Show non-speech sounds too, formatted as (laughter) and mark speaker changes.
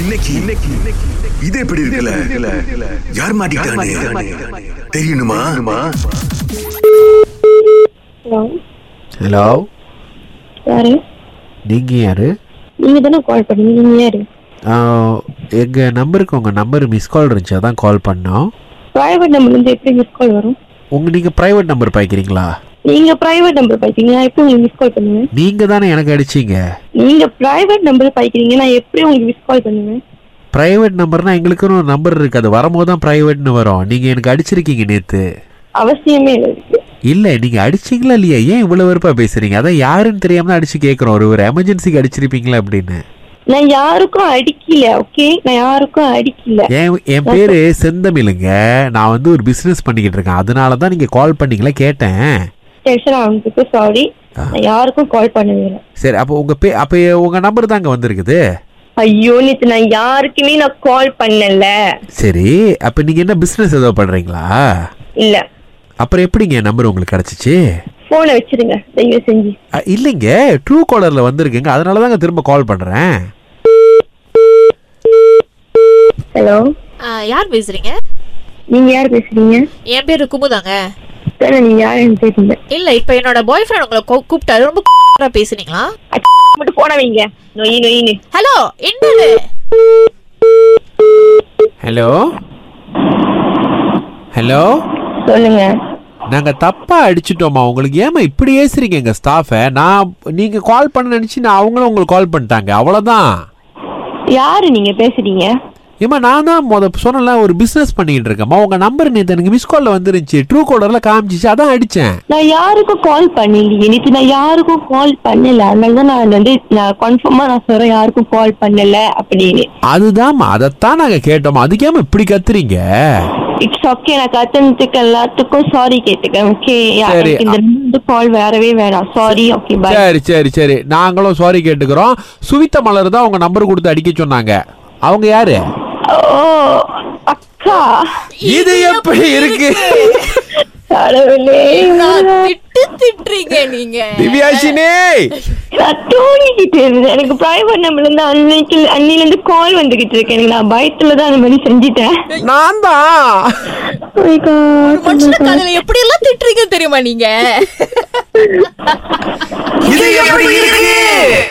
Speaker 1: இன்னைக்கு இன்னைக்கு இது எப்படி இருக்குல்ல யார் மாட்டிக்கிட்டானே தெரியணுமா
Speaker 2: ஹலோ
Speaker 3: ஹலோ
Speaker 2: யாரு
Speaker 3: நீங்கள் யார்
Speaker 2: நீங்க தானே கால் பண்ணீங்க நீங்க யாரு
Speaker 3: எங்கள் நம்பருக்கு உங்கள் நம்பர் மிஸ் கால் இருந்துச்சு அதான் கால் பண்ணோம்
Speaker 2: பிரைவேட் நம்பர்ல இருந்து எப்படி மிஸ் கால் வரும்
Speaker 3: உங்கள் நீங்கள் ப்ரைவேட் நம்பர் பாய்க்கிறீங்களா
Speaker 2: நீங்க பிரைவேட் நம்பர் பாய்க்கிறீங்க நான் எப்படி உங்களுக்கு மிஸ் கால் பண்ணுவேன்
Speaker 3: நீங்கள் தானே எனக்கு அடிச்சீங்க
Speaker 2: நீங்க பிரைவேட் நம்பர் பாய்க்கிறீங்க நான் எப்படி உங்களுக்கு மிஸ் கால் பண்ணுவேன்
Speaker 3: ப்ரைவேட் நம்பர்னா எங்களுக்குன்னு ஒரு நம்பர் இருக்குது அது வரும்போது தான் ப்ரைவேட்னு வரும் நீங்கள் எனக்கு அடிச்சிருக்கீங்க நேற்று
Speaker 2: அவசியமே இல்லை இதுக்கு.
Speaker 3: இல்லை நீங்கள் அடிச்சீங்களா இல்லையா ஏன் இவ்வளோ வெறுப்பாக பேசுகிறீங்க அதான் யாருன்னு தெரியாமல் அடிச்சு கேட்குறோம் ஒரு ஒரு எமர்ஜென்சிக்கு அடிச்சிருப்பீங்களா அப்படின்னு
Speaker 2: நான் யாருக்கும் அடிக்கல ஓகே நான் யாருக்கும் அடிக்கல
Speaker 3: என் என் பேர் செந்தமிழுங்க நான் வந்து ஒரு பிஸ்னஸ் பண்ணிக்கிட்டு இருக்கேன் அதனால தான் நீங்கள் கால் பண்ணீங்களா கேட்டேன்
Speaker 2: டென்ஷன் ஆகுதுக்கு சாரி நான் யாருக்கும் கால் பண்ணவே இல்லை
Speaker 3: சரி அப்போ உங்கள் பே அப்போ உங்கள் நம்பர் தாங்க வந்திருக்குது
Speaker 2: ஐயோ நேத்து நான் யாருக்குமே நான் கால் பண்ணல
Speaker 3: சரி அப்போ நீங்கள் என்ன பிஸ்னஸ் ஏதோ பண்ணுறீங்களா
Speaker 2: இல்ல
Speaker 3: அப்புறம் எப்படிங்க என் நம்பர் உங்களுக்கு கிடச்சிச்சு
Speaker 2: போனை வச்சிருங்க தயவு செஞ்சு
Speaker 3: அ, இல்லைங்க ட்ரூ காலரில் வந்திருக்குங்க அதனால தாங்க திரும்ப கால் பண்ணுறேன்
Speaker 2: ஹலோ
Speaker 4: ஆ, யார் பேசுறீங்க
Speaker 2: நீங்க யார் பேசுறீங்க
Speaker 4: என் பேரு குமுதாங்க
Speaker 2: தானே நீங்க யாருன்னு தெரியல
Speaker 4: இல்ல இப்ப என்னோட பாய் ஃப்ரெண்ட் உங்களை கூ- கூப்பிட்டாரு ரொம்ப கூப்பிட்டா பேசுனீங்களா
Speaker 2: அடி- மட்டும் போன வைங்க நொய் நொயின்னு
Speaker 4: ஹலோ என்னது
Speaker 3: ஹலோ ஹலோ
Speaker 2: சொல்லுங்க
Speaker 3: நாங்கள் தப்பாக அடிச்சிட்டோமா உங்களுக்கு ஏமா இப்படி ஏசுறீங்க எங்கள் ஸ்டாஃபை நான் நீங்கள் கால் பண்ண நினச்சி நான் அவங்களும் உங்களுக்கு கால் பண்ணிட்டாங்க அவ்வளோதான்
Speaker 2: யாரு நீங்க பேசுறீங்க
Speaker 3: ஏம்மா நான் தான் முத சொன்னல ஒரு பிஸ்னஸ் பண்ணிக்கிட்டு இருக்கேம்மா உங்கள் நம்பர் நேற்று எனக்கு மிஸ் காலில் வந்துருந்துச்சு ட்ரூ காலரில் காமிச்சிச்சு அதான் அடித்தேன்
Speaker 2: நான் யாருக்கும் கால் பண்ணலையே நேற்று நான் யாருக்கும் கால் பண்ணல அதனால தான் நான் வந்து நான் கன்ஃபார்மா நான் சொல்றேன் யாருக்கும் கால் பண்ணல அப்படின்னு
Speaker 3: அதுதான்மா அதைத்தான் நாங்கள் கேட்டோம்மா அதுக்கேம்மா இப்படி கத்துறீங்க
Speaker 2: இட்ஸ் ஓகே நான் கத்தனத்துக்கு எல்லாத்துக்கும் சாரி கேட்டுக்கேன் ஓகே
Speaker 3: சரி.
Speaker 2: இந்த ரெண்டு கால் வேறவே வேணாம் சாரி ஓகே பை
Speaker 3: சரி சரி சரி நாங்களும் சாரி கேட்டுக்கிறோம் சுவித்த மலர் தான் உங்கள் நம்பர் கொடுத்து அடிக்க சொன்னாங்க அவங்க யாரு
Speaker 2: ஓ அக்கா
Speaker 3: இது எப்படி இருக்கு
Speaker 2: கடவுளே
Speaker 4: நான் திட்டு திட்டுறீங்க நீங்க
Speaker 3: (laughs) (laughs) திவ்யாஷினே
Speaker 2: நான் தூங்கிக்கிட்டு இருந்தேன் எனக்கு பிரைவேட் நம்பர்ல இருந்து அன்னைக்கு அன்னையில இருந்து கால் வந்துகிட்டு இருக்கு எனக்கு நான் பயத்துல தான் அந்த மாதிரி செஞ்சிட்டேன்
Speaker 3: நான் தான்
Speaker 2: Oh my God.
Speaker 4: மனுஷன காலையில எப்படி எல்லாம் திட்டுறீங்க தெரியுமா நீங்க
Speaker 3: இது எப்படி இருக்கு